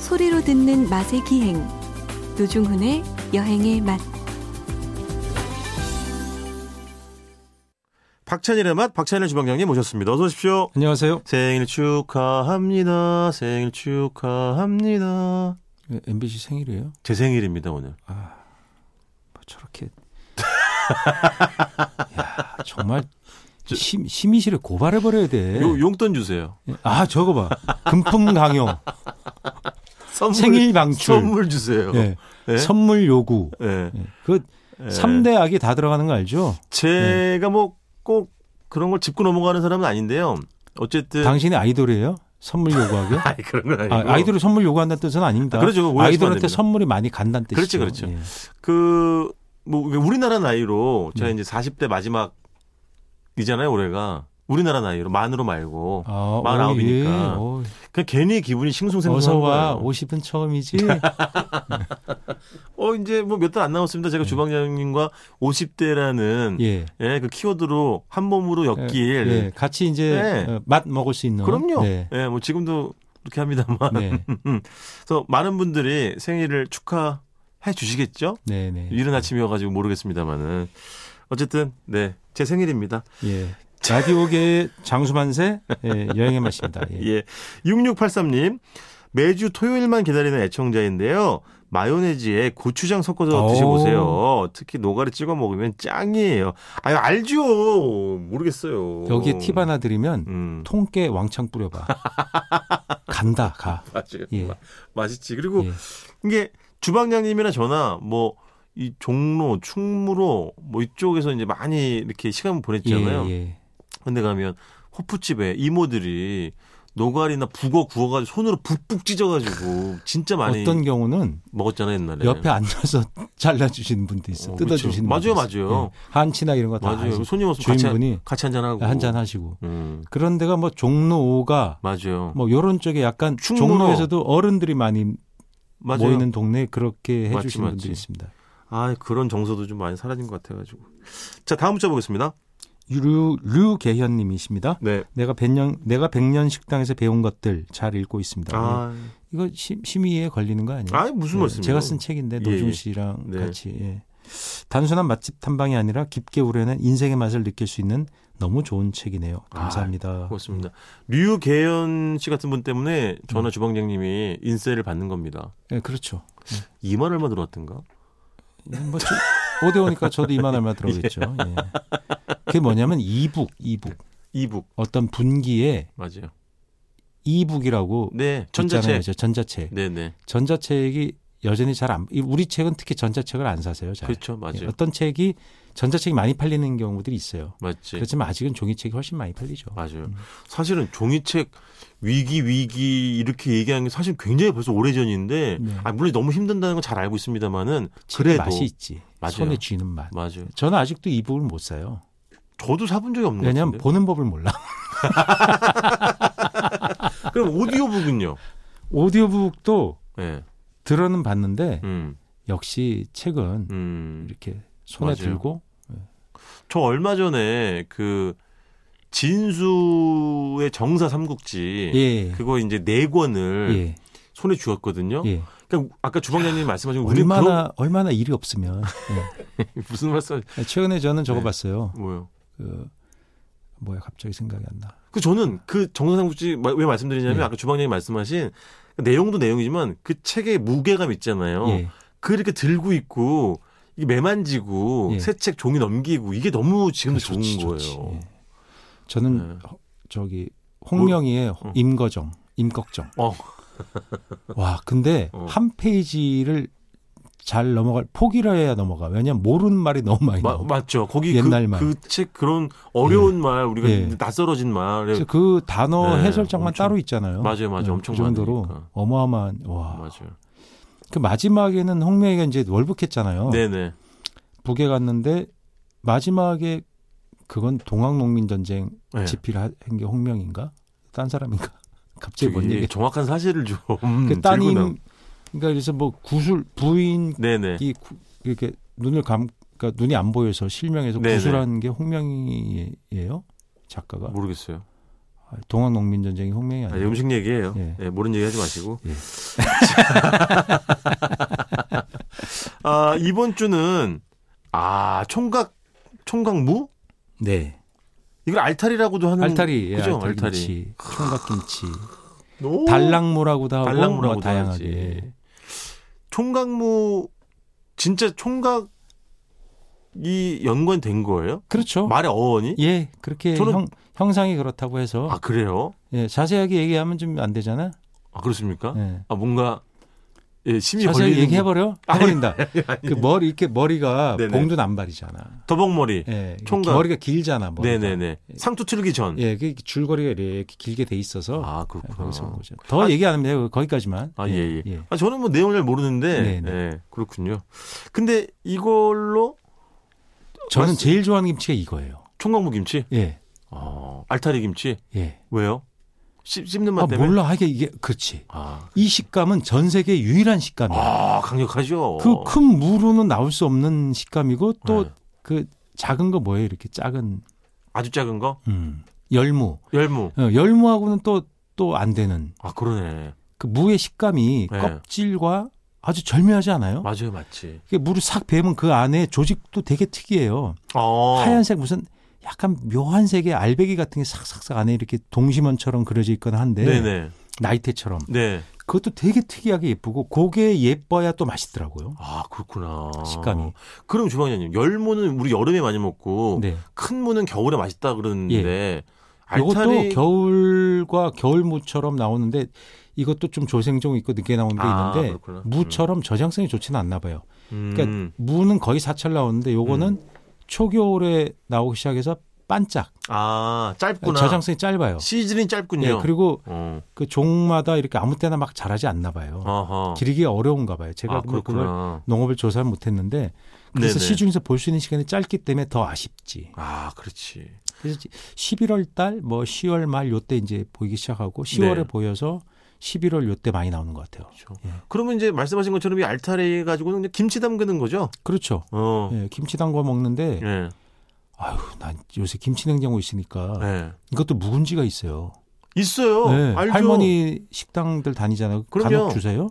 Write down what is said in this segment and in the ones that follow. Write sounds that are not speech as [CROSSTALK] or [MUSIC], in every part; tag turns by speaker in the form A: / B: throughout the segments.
A: 소리로 듣는 맛의 기행 노중훈의 여행의 맛
B: 박찬일의 맛 박찬일 주방장님 모셨습니다. 어서 오십시오.
C: 안녕하세요.
B: 생일 축하합니다. 생일 축하합니다.
C: 예, MBC 생일이에요.
B: 제 생일입니다 오늘.
C: 뭐
B: [LAUGHS]
C: 저렇게. 야, 정말 심, 심의실에 고발해버려야 돼.
B: 요- 용돈 주세요.
C: 예, 아, 저거 봐. 금품 강요.
B: 선물,
C: 생일 방출.
B: 선물 주세요.
C: 예,
B: 예?
C: 선물 요구.
B: 예.
C: 예, 그
B: 예.
C: 삼대 악이 다 들어가는 거 알죠?
B: 제가 뭐 꼭 그런 걸 짚고 넘어가는 사람은 아닌데요. 어쨌든
C: 당신이 아이돌이에요? 선물 요구하게?
B: 예. [LAUGHS] 아이 그런 건 아니고
C: 아, 이돌이 선물 요구한다는 뜻은 아닙니다.
B: 아, 그렇죠. 오해하시면 안
C: 아이돌한테
B: 됩니다.
C: 선물이 많이 간다는 뜻이죠.
B: 그렇지, 그렇죠.
C: 예.
B: 그, 뭐, 우리나라 나이로, 제가
C: 네.
B: 이제 40대 마지막이잖아요, 올해가. 우리나라 나이로, 만으로 말고.
C: 아,
B: 마흔아홉이니까.
C: 오, 예.
B: 그냥 괜히 기분이
C: 오, 어서
B: 싱숭생숭한
C: 와.
B: 거예요. [LAUGHS]
C: 50은 처음이지.
B: 어, 이제 뭐 몇 달 안 남았습니다. 제가
C: 네.
B: 주방장님과 50대라는, 예,
C: 예.
B: 그 키워드로 한 몸으로 엮일.
C: 예, 같이 이제
B: 네.
C: 어, 맛 먹을 수 있는.
B: 그럼요.
C: 네.
B: 예, 뭐 지금도 그렇게 합니다만.
C: 네.
B: [LAUGHS] 그래서 많은 분들이 생일을 축하해 주시겠죠?
C: 네, 네.
B: 이른 아침이어가지고 모르겠습니다만은. 어쨌든, 네. 제 생일입니다.
C: 예. 라디오계의 장수만세 예, 여행의 맛입니다. 예.
B: 예. 6683님. 매주 토요일만 기다리는 애청자인데요. 마요네즈에 고추장 섞어서
C: 오.
B: 드셔보세요. 특히 노가리 찍어 먹으면 짱이에요. 아유, 알죠. 모르겠어요.
C: 여기에 팁 하나 드리면
B: 음.
C: 통깨 왕창 뿌려봐. 간다 가.
B: [LAUGHS] 맞아요.
C: 예.
B: 마- 맛있지. 그리고
C: 예.
B: 이게 주방장님이나 저나 뭐, 이 종로, 충무로 뭐 이쪽에서 이제 많이 이렇게 시간을 보냈잖아요.
C: 예, 예.
B: 근데 가면 호프집에 이모들이 노가리나 북어 구워가지고 손으로 북북 찢어가지고 진짜 많이
C: 어떤 경우는
B: 먹었잖아요 옛날에.
C: 옆에 앉아서 [LAUGHS] 잘라주시는 분도 있어.
B: 어,
C: 뜯어주시는
B: 그렇죠.
C: 분도
B: 맞아요,
C: 있어.
B: 맞아요.
C: 예. 한치나 이런 거다
B: 맞아요. 손님 없으면 같이,
C: 주인분이 네,
B: 같이 한잔 하고.
C: 한잔 하시고.
B: 음,
C: 그런 데가 뭐 종로가
B: 맞아요.
C: 뭐 요런 쪽에 약간
B: 충무로.
C: 종로에서도 어른들이 많이
B: 맞아요.
C: 모이는 동네에 그렇게
B: 맞지,
C: 해주시는
B: 맞지.
C: 분들이 있습니다.
B: 아 그런 정서도 좀 많이 사라진 것 같아가지고. 자 다음 문자 보겠습니다.
C: 류, 류계현님이십니다.
B: 네.
C: 내가 백년 내가 백년 식당에서 배운 것들 잘 읽고 있습니다. 예.
B: 아,
C: 이거 심, 심의에 걸리는 거 아니에요?
B: 아이, 무슨
C: 예,
B: 말씀이에요?
C: 음. 제가 쓴 책인데
B: 예, 예.
C: 노중 씨랑
B: 네.
C: 같이 예. 단순한 맛집 탐방이 아니라 깊게 우려낸 인생의 맛을 느낄 수 있는 너무 좋은 책이네요. 감사합니다.
B: 아, 고맙습니다. 류계현 씨 같은 분 때문에
C: 음.
B: 전화 주방장님이 인세를 받는 겁니다.
C: 예, 그렇죠.
B: 2만 얼마 들어왔던가?
C: 예, 뭐 저, 5대 5니까 저도 이만
B: [LAUGHS]
C: 얼마 들어오겠죠. 예. 그게 뭐냐면 이북, 이북.
B: 이북
C: 어떤 분기에
B: 맞아요.
C: 이북이라고
B: 네
C: 있잖아요.
B: 전자책.
C: 저 전자책.
B: 네네
C: 전자책이 여전히 잘 안 우리 책은 특히 전자책을 안 사세요. 잘.
B: 그렇죠 맞아요.
C: 예, 어떤 책이 전자책이 많이 팔리는 경우들이 있어요.
B: 맞지.
C: 그렇지만 아직은 종이책이 훨씬 많이 팔리죠.
B: 맞아요. 사실은 종이책 위기 위기 이렇게 얘기하는 게 사실 굉장히 벌써 오래전인데
C: 네.
B: 아, 물론 너무 힘든다는 건 잘 알고 있습니다만은
C: 책의
B: 그래도
C: 맛이 있지.
B: 맞아요.
C: 손에 쥐는 맛.
B: 맞아요.
C: 저는 아직도 이 부분 못 사요.
B: 저도 사본 적이 없는
C: 왜냐하면
B: 것 같은데.
C: 보는 법을 몰라. [LAUGHS] 뭐
B: 그럼 오디오북은요.
C: 오디오북도
B: 예.
C: 들어는 봤는데
B: 음.
C: 역시 책은
B: 음.
C: 이렇게 손에
B: 맞아요.
C: 들고
B: 저 얼마 전에 그 진수의 정사 삼국지
C: 예.
B: 그거 이제 네 권을
C: 예.
B: 손에 쥐었거든요.
C: 예.
B: 그러니까 아까 주방장님이 말씀하신 우리
C: 얼마나 얼마나 일이 없으면
B: 그런- [LAUGHS] 무슨 말씀
C: 예. 최근에 저는 저거
B: 네.
C: 봤어요.
B: 뭐요?
C: 그 뭐야 갑자기 생각이 안 나.
B: 그 저는 그 정상국지 왜 말씀드리냐면
C: 예.
B: 아까 주방장님 말씀하신 그 내용도 내용이지만 그 책의 무게감 있잖아요.
C: 예.
B: 그 이렇게 들고 있고 이게 매만지고
C: 예.
B: 새 책 종이 넘기고 이게 너무 지금도 좋은
C: 좋지,
B: 거예요.
C: 좋지. 예. 저는
B: 네.
C: 허- 저기 홍명희의
B: 어.
C: 임거정, 임꺽정.
B: 어.
C: [LAUGHS] 와, 근데
B: 어.
C: 한 페이지를 잘 넘어갈 포기를 해야 넘어가. 왜냐면 모르는 말이 너무 많이
B: 마- 네.
C: 나와.
B: 맞죠. 거기
C: 옛날 말.
B: 그책 그런 어려운 말 우리가
C: 예.
B: 낯설어진 말
C: 그래서 그 단어
B: 네,
C: 해설장만
B: 엄청-
C: 따로 있잖아요.
B: 맞아요, 맞아요.
C: 네,
B: 엄청
C: 그 정도로
B: 많으니까.
C: 어마어마한 와.
B: 맞아요.
C: 그 마지막에는 홍명희가 이제 월북했잖아요.
B: 네네.
C: 북에 갔는데 마지막에 그건 동학농민 전쟁
B: 예.
C: 집필한 게 홍명인가? 딴 사람인가? [LAUGHS] 갑자기
B: 저기
C: 뭔 얘기?
B: 정확한 사실을 좀
C: 그
B: 들고
C: 따님
B: 나.
C: 그러니까 그래서 뭐 구술 부인이
B: 네네.
C: 구- 이렇게 눈을 감 그러니까 눈이 안 보여서 실명해서
B: 네네.
C: 구술한 게 홍명이예요 작가가
B: 모르겠어요.
C: 동학농민전쟁이 홍명이
B: 뭐- 아,
C: 아니에요
B: 음식 얘기예요.
C: 예.
B: 예, 모르는 얘기 하지 마시고.
C: 예.
B: [LAUGHS] 아, 이번 주는 아, 총각 총각무?
C: 네.
B: 이걸 알타리라고도 하는
C: 알타리, 예,
B: 그죠?
C: 알타리,
B: 알타리.
C: 김치, 총각김치,
B: 오!
C: 달랑무라고도 하고
B: 달랑무라고도
C: 뭐 다양하게.
B: 하지. 예. 총각무 진짜 총각이 연관된 거예요?
C: 그렇죠.
B: 말의 어원이?
C: 예, 그렇게
B: 저는-
C: 형, 형상이 그렇다고 해서
B: 아 그래요?
C: 예, 자세하게 얘기하면 좀 안 되잖아.
B: 아 그렇습니까?
C: 예.
B: 아 뭔가 예, 심이
C: 자세히
B: 걸리는
C: 얘기해버려? 해버린다. 그 머리 이렇게 머리가
B: 네네.
C: 봉도 남발이잖아.
B: 더벅머리.
C: 예, 뭐, 이게
B: 총각.
C: 머리가 길잖아. 머리가.
B: 네네네. 상투 틀기 전.
C: 예, 그 줄거리가 이렇게 길게 돼 있어서
B: 아 그렇구나.
C: 네, 거기서 온 거죠. 더
B: 아,
C: 얘기 안 하면 돼요. 거기까지만.
B: 아, 예, 예. 아, 저는 뭐 내용을 잘 모르는데
C: 네네.
B: 예, 그렇군요. 근데 이걸로
C: 저는
B: 맛있-
C: 제일 좋아하는 김치가 이거예요.
B: 총각무 김치,
C: 예,
B: 아, 알타리 김치
C: 예.
B: 왜요? 씹, 씹는 맛
C: 아
B: 때문에.
C: 몰라. 이게 이게 그렇지.
B: 아,
C: 이 식감은 전 세계 유일한 식감이에요.
B: 아, 강력하죠.
C: 네. 그 큰 무로는 나올 수 없는 식감이고 또
B: 네.
C: 그 작은 거 뭐예요? 이렇게 작은
B: 아주 작은 거
C: 음, 열무.
B: 열무.
C: 어, 열무하고는 또 또 안 되는
B: 아 그러네.
C: 그 무의 식감이
B: 네.
C: 껍질과 아주 절묘하지 않아요?
B: 맞아요, 맞지.
C: 이게 무를 싹 베면 그 안에 조직도 되게 특이해요.
B: 어.
C: 하얀색 무슨 약간 묘한 색의 알배기 같은 게 싹싹싹 안에 이렇게 동심원처럼 그려져 있거나 한데
B: 네네.
C: 나이테처럼
B: 네.
C: 그것도 되게 특이하게 예쁘고 그게 예뻐야 또 맛있더라고요.
B: 아 그렇구나.
C: 식감이.
B: 그럼 주방장님 열무는 우리 여름에 많이 먹고
C: 네. 예.
B: 큰 무는 겨울에 맛있다 그러는데 알타리
C: 이것도 겨울과 겨울무처럼 나오는데 이것도 좀 조생종 있고 늦게 나오는 게
B: 아,
C: 있는데
B: 그렇구나.
C: 무처럼 저장성이 좋지는 않나 봐요.
B: 음,
C: 그러니까 무는 거의 사철 나오는데 요거는 초겨울에 나오기 시작해서 반짝
B: 아 짧구나.
C: 저장성이
B: 어.
C: 짧아요.
B: 시즌이 짧군요.
C: 예, 그리고
B: 어.
C: 그 종마다 이렇게 아무 때나 막 자라지 않나 봐요.
B: 아하.
C: 기르기가 어려운가 봐요. 제가
B: 어. 아,
C: 뭐 그걸
B: 그렇구나.
C: 농업을 조사를 못했는데 그래서
B: 네네.
C: 시중에서 볼 수 있는 시간이 짧기 때문에 더 아쉽지.
B: 아 그렇지.
C: 그래서 11월 달, 뭐 10월 말 요때 이제 보이기 시작하고 10월에
B: 네.
C: 보여서 11월 요때 많이 나오는 것 같아요.
B: 그렇죠.
C: 예.
B: 그러면 이제 말씀하신 것처럼 이 알타리 가지고는 그냥 김치 담그는 거죠.
C: 그렇죠.
B: 어.
C: 예, 김치 담궈 먹는데
B: 예.
C: 아유, 난 요새 김치 냉장고 있으니까
B: 예.
C: 이것도 묵은지가 있어요.
B: 있어요.
C: 아. 네,
B: 알죠.
C: 할머니 식당들 다니잖아요.
B: 그럼요.
C: 간혹 주세요.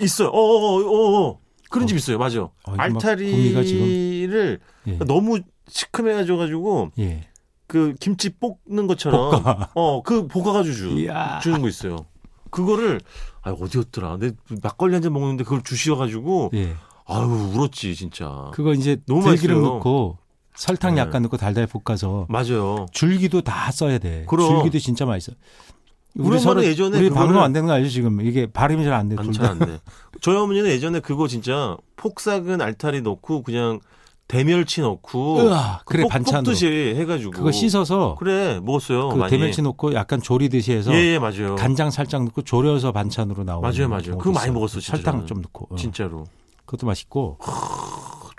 B: 있어요. 어어어어. 그런 집 있어요. 맞아.
C: 아, 이거 막 구미가
B: 알타리를
C: 예.
B: 너무 시큼해져 가지고
C: 예.
B: 그 김치 볶는 것처럼 어그 볶아가지고 주,
C: 이야.
B: 주는 거 있어요. 그거를 아 어디였더라. 내 막걸리 한 잔 먹는데 그걸 주셔가지고
C: 예.
B: 아유 울었지 진짜.
C: 그거 이제
B: 너무
C: 들기름
B: 맛있어요.
C: 넣고 설탕
B: 네.
C: 약간 넣고 달달 볶아서
B: 맞아요.
C: 줄기도 다 써야 돼.
B: 그럼.
C: 줄기도 진짜 맛있어.
B: 우리 엄마는 예전에
C: 우리
B: 그거를-
C: 방송 안 되는 거 알죠 지금 이게 발음이 잘 안 돼.
B: 안
C: 둘
B: 잘
C: 다.
B: 안
C: [LAUGHS]
B: 돼. 저희 어머니는 예전에 그거 진짜 폭삭은 알타리 넣고 그냥 대멸치 넣고
C: 으아, 그래
B: 그
C: 반찬으로
B: 볶듯이 해가지고
C: 그거 씻어서
B: 그래 먹었어요.
C: 그
B: 많이.
C: 대멸치 넣고 약간 조리듯이 해서
B: 예, 예 맞아요.
C: 간장 살짝 넣고 졸여서 반찬으로 나오는
B: 맞아요, 맞아요.
C: 경우도
B: 그거 많이
C: 있어요.
B: 먹었어, 진짜
C: 설탕
B: 저는.
C: 좀 넣고 어.
B: 진짜로.
C: 그것도 맛있고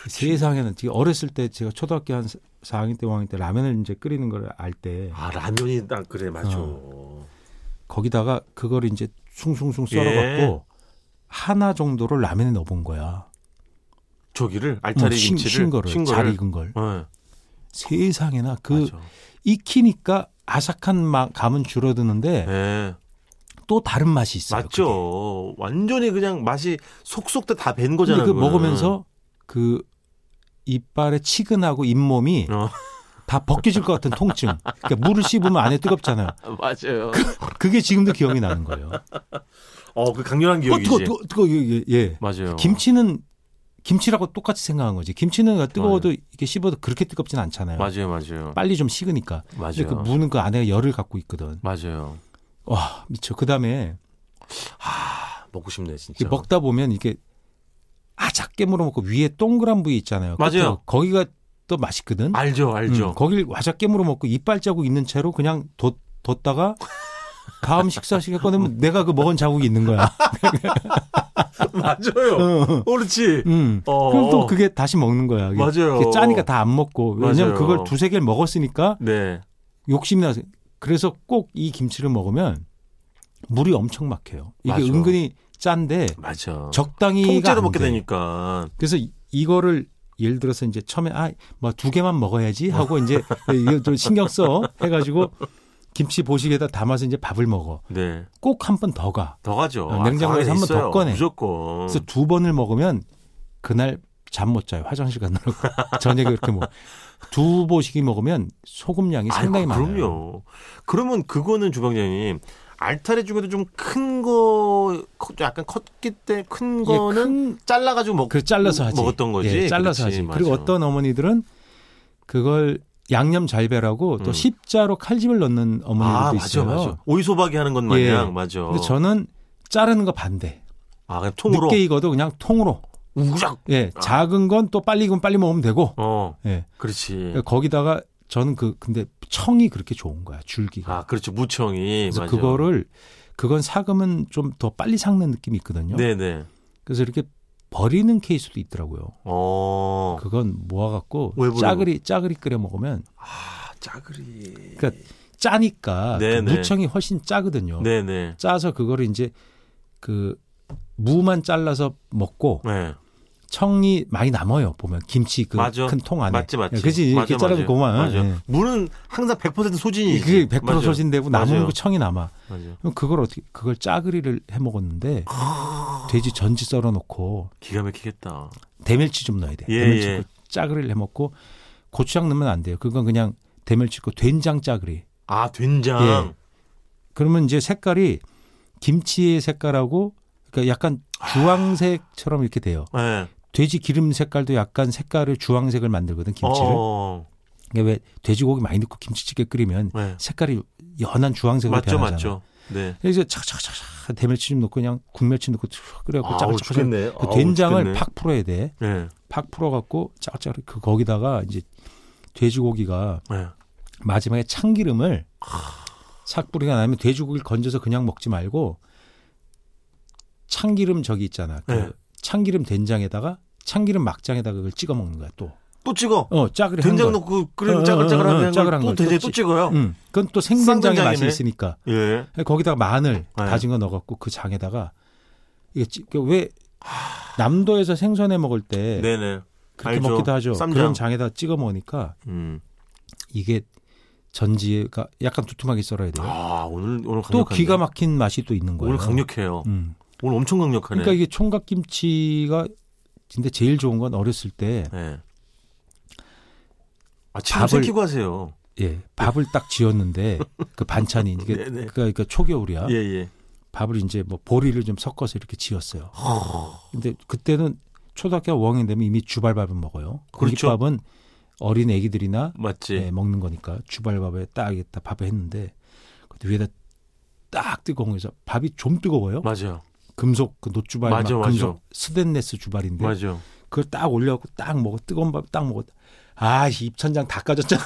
C: 세상에는 지금 어렸을 때 제가 초등학교 한 4학년 때 5학년 때 라면을 이제 끓이는 걸 알 때
B: 아 라면이 딱 그래 맞아.
C: 어. 거기다가 그걸 이제 숭숭숭
B: 예.
C: 썰어갖고 하나 정도를 라면에 넣어본 거야.
B: 저기를 알타리
C: 응, 음, 신-
B: 김치를
C: 신 거를 잘 익은 걸.
B: 예,
C: 세상에나 그
B: 맞아.
C: 익히니까 아삭한 마- 감은 줄어드는데
B: 예,
C: 또 다른 맛이 있어요. 그게.
B: 맞죠. 완전히 그냥 맛이 속속 다다밴
C: 근데
B: 거잖아요.
C: 그
B: 그거는.
C: 먹으면서 그 이빨에 치근하고 잇몸이
B: 어.
C: 다 벗겨질 것 같은 통증. 그러니까 물을 씹으면 안에 뜨겁잖아요.
B: 맞아요.
C: 그게 지금도 기억이 나는 거예요.
B: 어 그 강렬한
C: 어,
B: 기억이지.
C: 뜨거, 뜨거, 뜨거, 예, 예, 예.
B: 맞아요.
C: 김치는 김치라고 똑같이 생각한 거지. 김치는 뜨거워도 이렇게 씹어도 그렇게 뜨겁진 않잖아요.
B: 맞아요, 맞아요,
C: 빨리 좀 식으니까. 근데
B: 맞아요.
C: 그 무는 그 안에 열을 갖고 있거든.
B: 맞아요.
C: 와 미쳐. 그 다음에
B: 아 먹고 싶네 진짜.
C: 먹다 보면 이게 아 작게 물어먹고 위에 동그란 부위 있잖아요.
B: 맞아요. 아,
C: 끝으로. 거기가 또 맛있거든.
B: 알죠, 알죠.
C: 음, 거길 와작게 물어먹고 이빨 자국 있는 채로 그냥 뒀, 뒀다가 다음 식사 시간 꺼내면 내가 그 먹은 자국이
B: [LAUGHS]
C: 있는 거야.
B: 맞아요. 그렇지.
C: 음.
B: 어,
C: 그럼 또 그게 다시 먹는 거야. 이게
B: 맞아요.
C: 그게 짜니까 다 안 먹고 왜냐면
B: 맞아요.
C: 그걸 두세 개를 먹었으니까
B: 네.
C: 욕심이 나서 그래서 꼭 이 김치를 먹으면 물이 엄청 막혀요. 이게
B: 맞아.
C: 은근히 짠데
B: 맞아.
C: 적당히
B: 통째로 먹게 되니까.
C: 그래서 이- 이거를 예를 들어서 아, 뭐
B: [LAUGHS]
C: 이제 처음에 아뭐 두 개만 먹어야지 하고 이제 이거 좀 신경 써 해가지고 김치 보식에다 담아서 이제 밥을 먹어.
B: 네.
C: 꼭 한 번 더 가.
B: 더 가죠.
C: 어, 냉장고에서
B: 아,
C: 한번더
B: 있어요.
C: 꺼내.
B: 무조건.
C: 그래서 두 번을 먹으면 그날 잠 못 자요. 화장실 가느라고. [LAUGHS] 저녁에 그렇게 먹어. 두 보식이 먹으면 소금량이 상당히
B: 아이고,
C: 많아요.
B: 그럼요. 그러면 그거는 주방장님 알타리 중에도 좀 큰 거 약간 컸기 때문에 큰
C: 이게
B: 거는
C: 예, 큰-
B: 잘라가지고 먹.
C: 그 잘라서 하지.
B: 뭐 먹었던 거지?
C: 예,
B: 그렇지,
C: 잘라서 하지. 그리고
B: 맞아.
C: 어떤 어머니들은 그걸 양념 잘 배라고 또
B: 음.
C: 십자로 칼집을 넣는 어머니들도
B: 아 맞아
C: 있어요.
B: 맞아. 오이소박이 하는 것 마냥
C: 예.
B: 맞아.
C: 근데 저는 자르는 거 반대.
B: 아 그냥 통으로
C: 늦게 익어도 그냥 통으로.
B: 우작.
C: 예,
B: 아.
C: 작은 건 또 빨리 익으면 빨리 먹으면 되고.
B: 어
C: 예.
B: 그렇지.
C: 그러니까 거기다가 저는 그 근데 청이 그렇게 좋은 거야. 줄기가.
B: 아 그렇죠 무청이
C: 그래서
B: 맞아.
C: 그거를 그건 삭으면 좀 더 빨리 삭는 느낌이 있거든요.
B: 네네.
C: 그래서 이렇게 버리는 케이스도 있더라고요.
B: 어.
C: 그건 모아갖고
B: 왜 버려요?
C: 짜글이 짜글이 끓여 먹으면
B: 아 짜그리.
C: 그러니까 짜니까 그
B: 네네.
C: 무청이 훨씬 짜거든요.
B: 네네.
C: 짜서 그거를 이제 그 무만 잘라서 먹고
B: 네.
C: 청이 많이 남아요. 보면 김치 그
B: 맞아.
C: 큰 통 안에. 예,
B: 맞지 맞지.
C: 그지 이렇게
B: 맞아,
C: 자르면 고만.
B: 맞아.
C: 예.
B: 물은 항상 100% 소진이.
C: 그게 100% 소진되고 남은
B: 맞아요.
C: 그 청이 남아.
B: 맞아.
C: 그럼 그걸 어떻게 그걸 짜그리를 해 먹었는데 돼지 전지 썰어 놓고
B: 기가 막히겠다.
C: 대멸치 좀 넣어야 돼.
B: 예,
C: 대멸치
B: 예.
C: 그 짜그리를 해 먹고 고추장 넣으면 안 돼요. 그건 그냥 대멸치고 된장 짜그리.
B: 아 된장.
C: 예. 그러면 이제 색깔이 김치의 색깔하고 그러니까 약간 주황색처럼 이렇게 돼요.
B: 네.
C: 돼지 기름 색깔도 약간 색깔을 주황색을 만들거든 김치를.
B: 어,
C: 이게 왜 돼지고기 많이 넣고 김치찌개 끓이면
B: 네.
C: 색깔이 연한 주황색으로
B: 맞죠,
C: 변하잖아.
B: 맞죠. 네.
C: 그래서 차차차차 대멸치 좀 넣고 그냥 국멸치 넣고 쭉 끓여갖고
B: 아우,
C: 짜글짜글.
B: 죽겠네.
C: 그
B: 아우,
C: 된장을
B: 죽겠네.
C: 팍 풀어야 돼.
B: 네.
C: 팍 풀어갖고 짜글짜글 그 거기다가 이제 돼지고기가
B: 네.
C: 마지막에 참기름을 삭뿌리가 나면 돼지고기를 건져서 그냥 먹지 말고 참기름 저기 있잖아. 그
B: 네.
C: 참기름 된장에다가 참기름 막장에다가 그걸 찍어 먹는 거야 또.
B: 또 찍어.
C: 어 짜글이 한
B: 된장
C: 거.
B: 넣고
C: 어, 어,
B: 끓이면
C: 어, 어,
B: 짜글짜글한
C: 짜글한 음.
B: 걸또
C: 걸
B: 된장에
C: 또
B: 또 찍어요.
C: 응. 그건 또 생된장의 맛이
B: 쌍된장이네.
C: 있으니까
B: 예.
C: 거기다가 마늘
B: 네.
C: 다진 거 넣어갖고 그 장에다가 이게 찌- 그왜 남도에서 생선해 먹을 때
B: 네네.
C: 그렇게
B: 알죠.
C: 먹기도 하죠.
B: 쌈장.
C: 그런 장에다 찍어 먹으니까
B: 음.
C: 이게 전지가 약간 두툼하게 썰어야 돼요.
B: 아 오늘 오늘
C: 음. 또
B: 강력한데.
C: 기가 막힌 맛이 또 있는 거예요.
B: 오늘 강력해요.
C: 음.
B: 오늘 엄청 강력하네.
C: 그러니까 이게 총각김치가 근데 제일 좋은 건 어렸을 때
B: 네. 아 지금
C: 밥을-
B: 생기고 하세요.
C: 예, 밥을
B: [LAUGHS]
C: 딱 지었는데 그 반찬이 이게
B: 네, 네.
C: 그러니까 초겨울이야.
B: 예 예.
C: 밥을 이제 뭐 보리를 좀 섞어서 이렇게 지었어요. 근데 그때는 초등학교 5학년 되면 이미 주발밥은 먹어요.
B: 그렇죠.
C: 국밥은 어린 애기들이나
B: 맞지.
C: 예, 먹는 거니까 주발밥에 딱 이게 다 밥에 했는데 그 위에다 딱 뜨거운 거에서 밥이 좀 뜨거워요.
B: 맞아요.
C: 금속 그 노주발
B: 맞아,
C: 막
B: 맞아.
C: 금속 스탠레스 주발인데
B: 맞아요.
C: 그걸 딱 올려갖고 딱 먹어 뜨거운 밥 딱 먹어 아 이 입천장 다
B: [LAUGHS]
C: 까졌잖아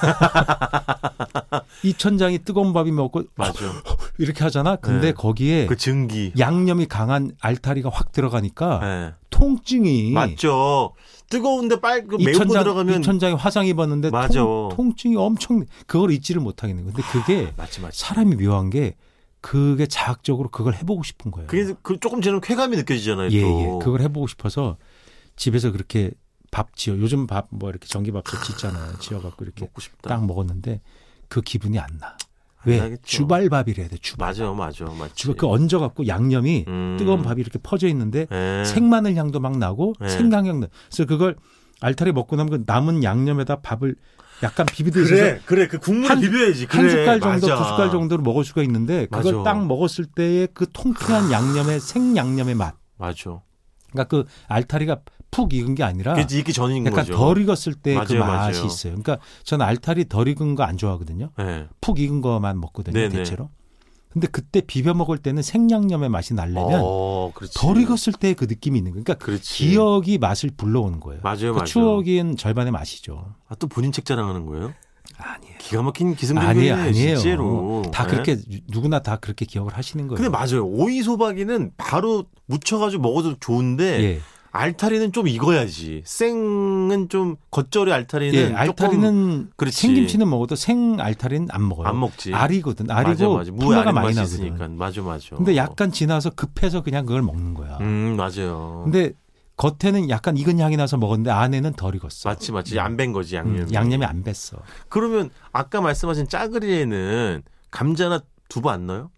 C: 입천장이 뜨거운 밥이 먹고
B: 맞아요.
C: [LAUGHS] 이렇게 하잖아 근데
B: 네.
C: 거기에
B: 그 증기.
C: 양념이 강한 알타리가 확 들어가니까
B: 예.
C: 통증이
B: 맞죠. 뜨거운데 빨 그 매운 거
C: 입천장
B: 들어가면
C: 입천장에 화상 입었는데
B: 맞아.
C: 통, 증이 엄청 그걸 잊지를 못하겠는 건데 그게
B: 맞지 맞지.
C: 사람이 묘한 게 그게 자학적으로 그걸 해보고 싶은 거예요
B: 그게 그 조금 지나면 쾌감이 느껴지잖아요.
C: 예,
B: 또.
C: 예. 그걸 해보고 싶어서 집에서 그렇게 밥 지어. 요즘 밥 뭐 이렇게 전기밥솥 짓잖아요. 지어갖고 이렇게
B: 먹고 싶다.
C: 딱 먹었는데 그 기분이 안 나. 왜?
B: 나겠죠.
C: 주발밥이래야 돼. 주발.
B: 맞아요, 맞아요, 맞지.
C: 주발 그 얹어갖고 양념이
B: 음.
C: 뜨거운 밥이 이렇게 퍼져 있는데
B: 예.
C: 생마늘 향도 막 나고
B: 예.
C: 생강향 나. 그래서 그걸 알타리 먹고 나면 그 남은 양념에다 밥을 약간 비비듯이 해서
B: 그래, 그 국물
C: 한-
B: 비벼야지.
C: 한 숟갈 정도,
B: 맞아.
C: 두 숟갈 정도로 먹을 수가 있는데 그걸
B: 맞아.
C: 딱 먹었을 때의 그 통쾌한 양념의 생양념의 맛.
B: 맞아.
C: 그러니까 그 알타리가 푹 익은 게 아니라
B: 그게 익기 전인
C: 약간
B: 거죠.
C: 덜 익었을 때 그
B: 맞아요,
C: 맛이
B: 맞아요.
C: 있어요. 그러니까 저는 알타리 덜 익은 거 안 좋아하거든요.
B: 예.
C: 푹 익은 거만 먹거든요,
B: 네네.
C: 대체로. 근데 그때 비벼 먹을 때는 생양념의 맛이 나려면
B: 어, 그렇지.
C: 덜 익었을 때 그 느낌이 있는 거예요. 그러니까
B: 그렇지.
C: 기억이 맛을 불러오는 거예요.
B: 맞아요,
C: 그
B: 맞아요.
C: 추억인 절반의 맛이죠.
B: 아, 또 본인 책 자랑하는 거예요?
C: 아니에요.
B: 기가 막힌
C: 아니에요,
B: 기승전결이에요,
C: 아니에요.
B: 실제로.
C: 다
B: 예?
C: 그렇게 누구나 다 그렇게 기억을 하시는 거예요.
B: 근데 맞아요. 오이 소박이는 바로 무쳐가지고 먹어도 좋은데
C: 예,
B: 알타리는 좀 익어야지. 생은 좀 겉절이 알타리는
C: 예,
B: 조금
C: 알타리는
B: 그렇지.
C: 생김치는 먹어도 생 알타리는 안 먹어요.
B: 안 먹지.
C: 알이거든. 알이고
B: 맞아, 맞아. 무에
C: 풍미가
B: 알이
C: 많이
B: 맛이
C: 나거든.
B: 있으니까. 맞아, 맞아.
C: 근데 약간 지나서 급해서 그냥 그걸 먹는 거야.
B: 음, 맞아요.
C: 근데 겉에는 약간 익은 향이 나서 먹었는데 안에는 덜 익었어.
B: 맞지, 맞지. 안 밴 거지,
C: 음,
B: 양념.
C: 양념이 안 뱄어.
B: 그러면 아까 말씀하신 짜글이에는 감자나 두부 안 넣어요?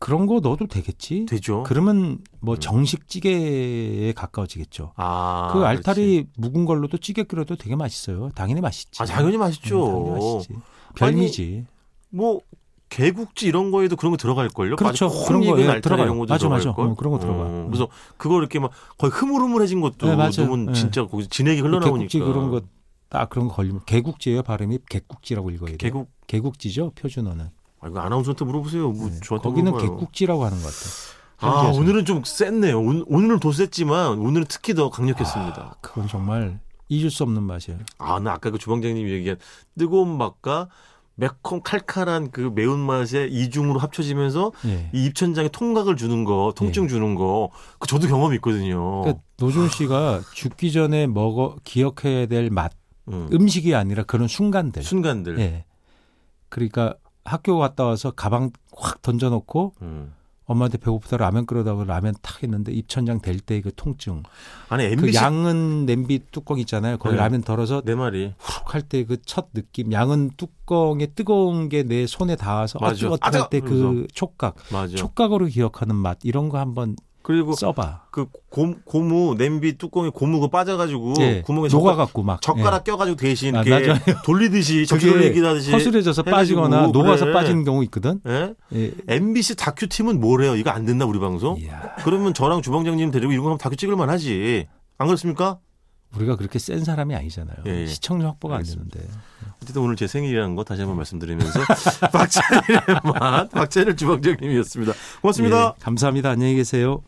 C: 그런 거 넣어도 되겠지.
B: 되죠.
C: 그러면 뭐
B: 음.
C: 정식 찌개에 가까워지겠죠.
B: 아,
C: 그
B: 그렇지.
C: 알타리 묵은 걸로도 찌개 끓여도 되게 맛있어요. 당연히 맛있지.
B: 아 당연히
C: 음, 당연히
B: 맛있죠.
C: 맛있지. 별미지.
B: 뭐 개국지 이런 거에도 그런 거 들어갈 걸요.
C: 그렇죠. 그런
B: 그런
C: 거,
B: 거
C: 예,
B: 알타리
C: 들어가요.
B: 이런 거
C: 맞아,
B: 들어갈
C: 맞아.
B: 걸.
C: 어, 그런 거 들어가요. 음.
B: 그래서 그거 이렇게 막 거의 흐물흐물해진 것도
C: 네, 맞아요.
B: 너무
C: 네.
B: 진짜 거기 진액이 흘러나오니까.
C: 개국지 그런 거 딱 그런 거 걸리면 개국지예요. 발음이 개국지라고 읽어야 돼요.
B: 개국
C: 개국지죠. 표준어는.
B: 아, 이거 아나운서한테 물어보세요. 뭐
C: 네.
B: 저한테
C: 거기는
B: 물어봐요.
C: 개국지라고 하는 것 같아요.
B: 아
C: 현지에서는.
B: 오늘은 좀 쎘네요. 오, 오늘은 더 쎘지만 오늘은 특히 더 강력했습니다.
C: 그건 정말 잊을 수 없는 맛이에요.
B: 아, 나 아까 그 주방장님 이 얘기한 뜨거운 맛과 매콤 칼칼한 그 매운 맛의 이중으로 합쳐지면서
C: 예.
B: 이 입천장에 통각을 주는 거, 통증 주는 거, 그 저도 경험이 있거든요.
C: 그러니까 노준 씨가 죽기 전에 먹어 기억해야 될 맛,
B: 음.
C: 음식이 아니라 그런 순간들.
B: 순간들.
C: 예. 그러니까 학교 갔다 와서 가방 확 던져놓고
B: 음.
C: 엄마한테 배고프다 라면 끓여다가 라면 탁 했는데 입천장 될 때 그 통증.
B: 아니
C: 그
B: MBC
C: 양은 냄비 뚜껑 있잖아요. 거기
B: 네.
C: 라면 덜어서
B: 내 말이
C: 훅 할 때 그 첫 느낌. 양은 뚜껑에 뜨거운 게 내 손에 닿아서
B: 맞아. 아,
C: 어뜨어뜨할
B: 뜨거-
C: 때 그
B: 그러면서.
C: 촉각.
B: 맞아.
C: 촉각으로 기억하는 맛 이런 거 한번
B: 그리고
C: 써봐.
B: 그 고, 고무 냄비 뚜껑에 고무가 빠져가지고
C: 예,
B: 뭐 구멍에 젓가-
C: 녹아갖고 막
B: 젓가락 껴가지고 대신
C: 아,
B: 이렇게
C: 맞아요.
B: [LAUGHS] 돌리듯이
C: 그게
B: 적절리기 하듯이
C: 예, 허술해져서
B: 해가지고 뭐
C: 빠지거나
B: 그래.
C: 녹아서 빠지는 경우 있거든.
B: 예?
C: 예.
B: MBC 다큐 팀은 뭐래요? 이거 안 된다 우리 방송?
C: 이야,
B: 그러면 저랑 주방장님 데리고 이런 거 하면 다큐 찍을만 하지. 안 그렇습니까?
C: 우리가 그렇게 센 사람이 아니잖아요.
B: 예, 예.
C: 시청률 확보가
B: 알겠습니다.
C: 안 되는데.
B: 어쨌든 오늘 제 생일이라는 거 다시 한번 말씀드리면서 [LAUGHS] 박찬일의 맛, 박찬일 주방장님이었습니다. 고맙습니다.
C: 예, 감사합니다. 안녕히 계세요.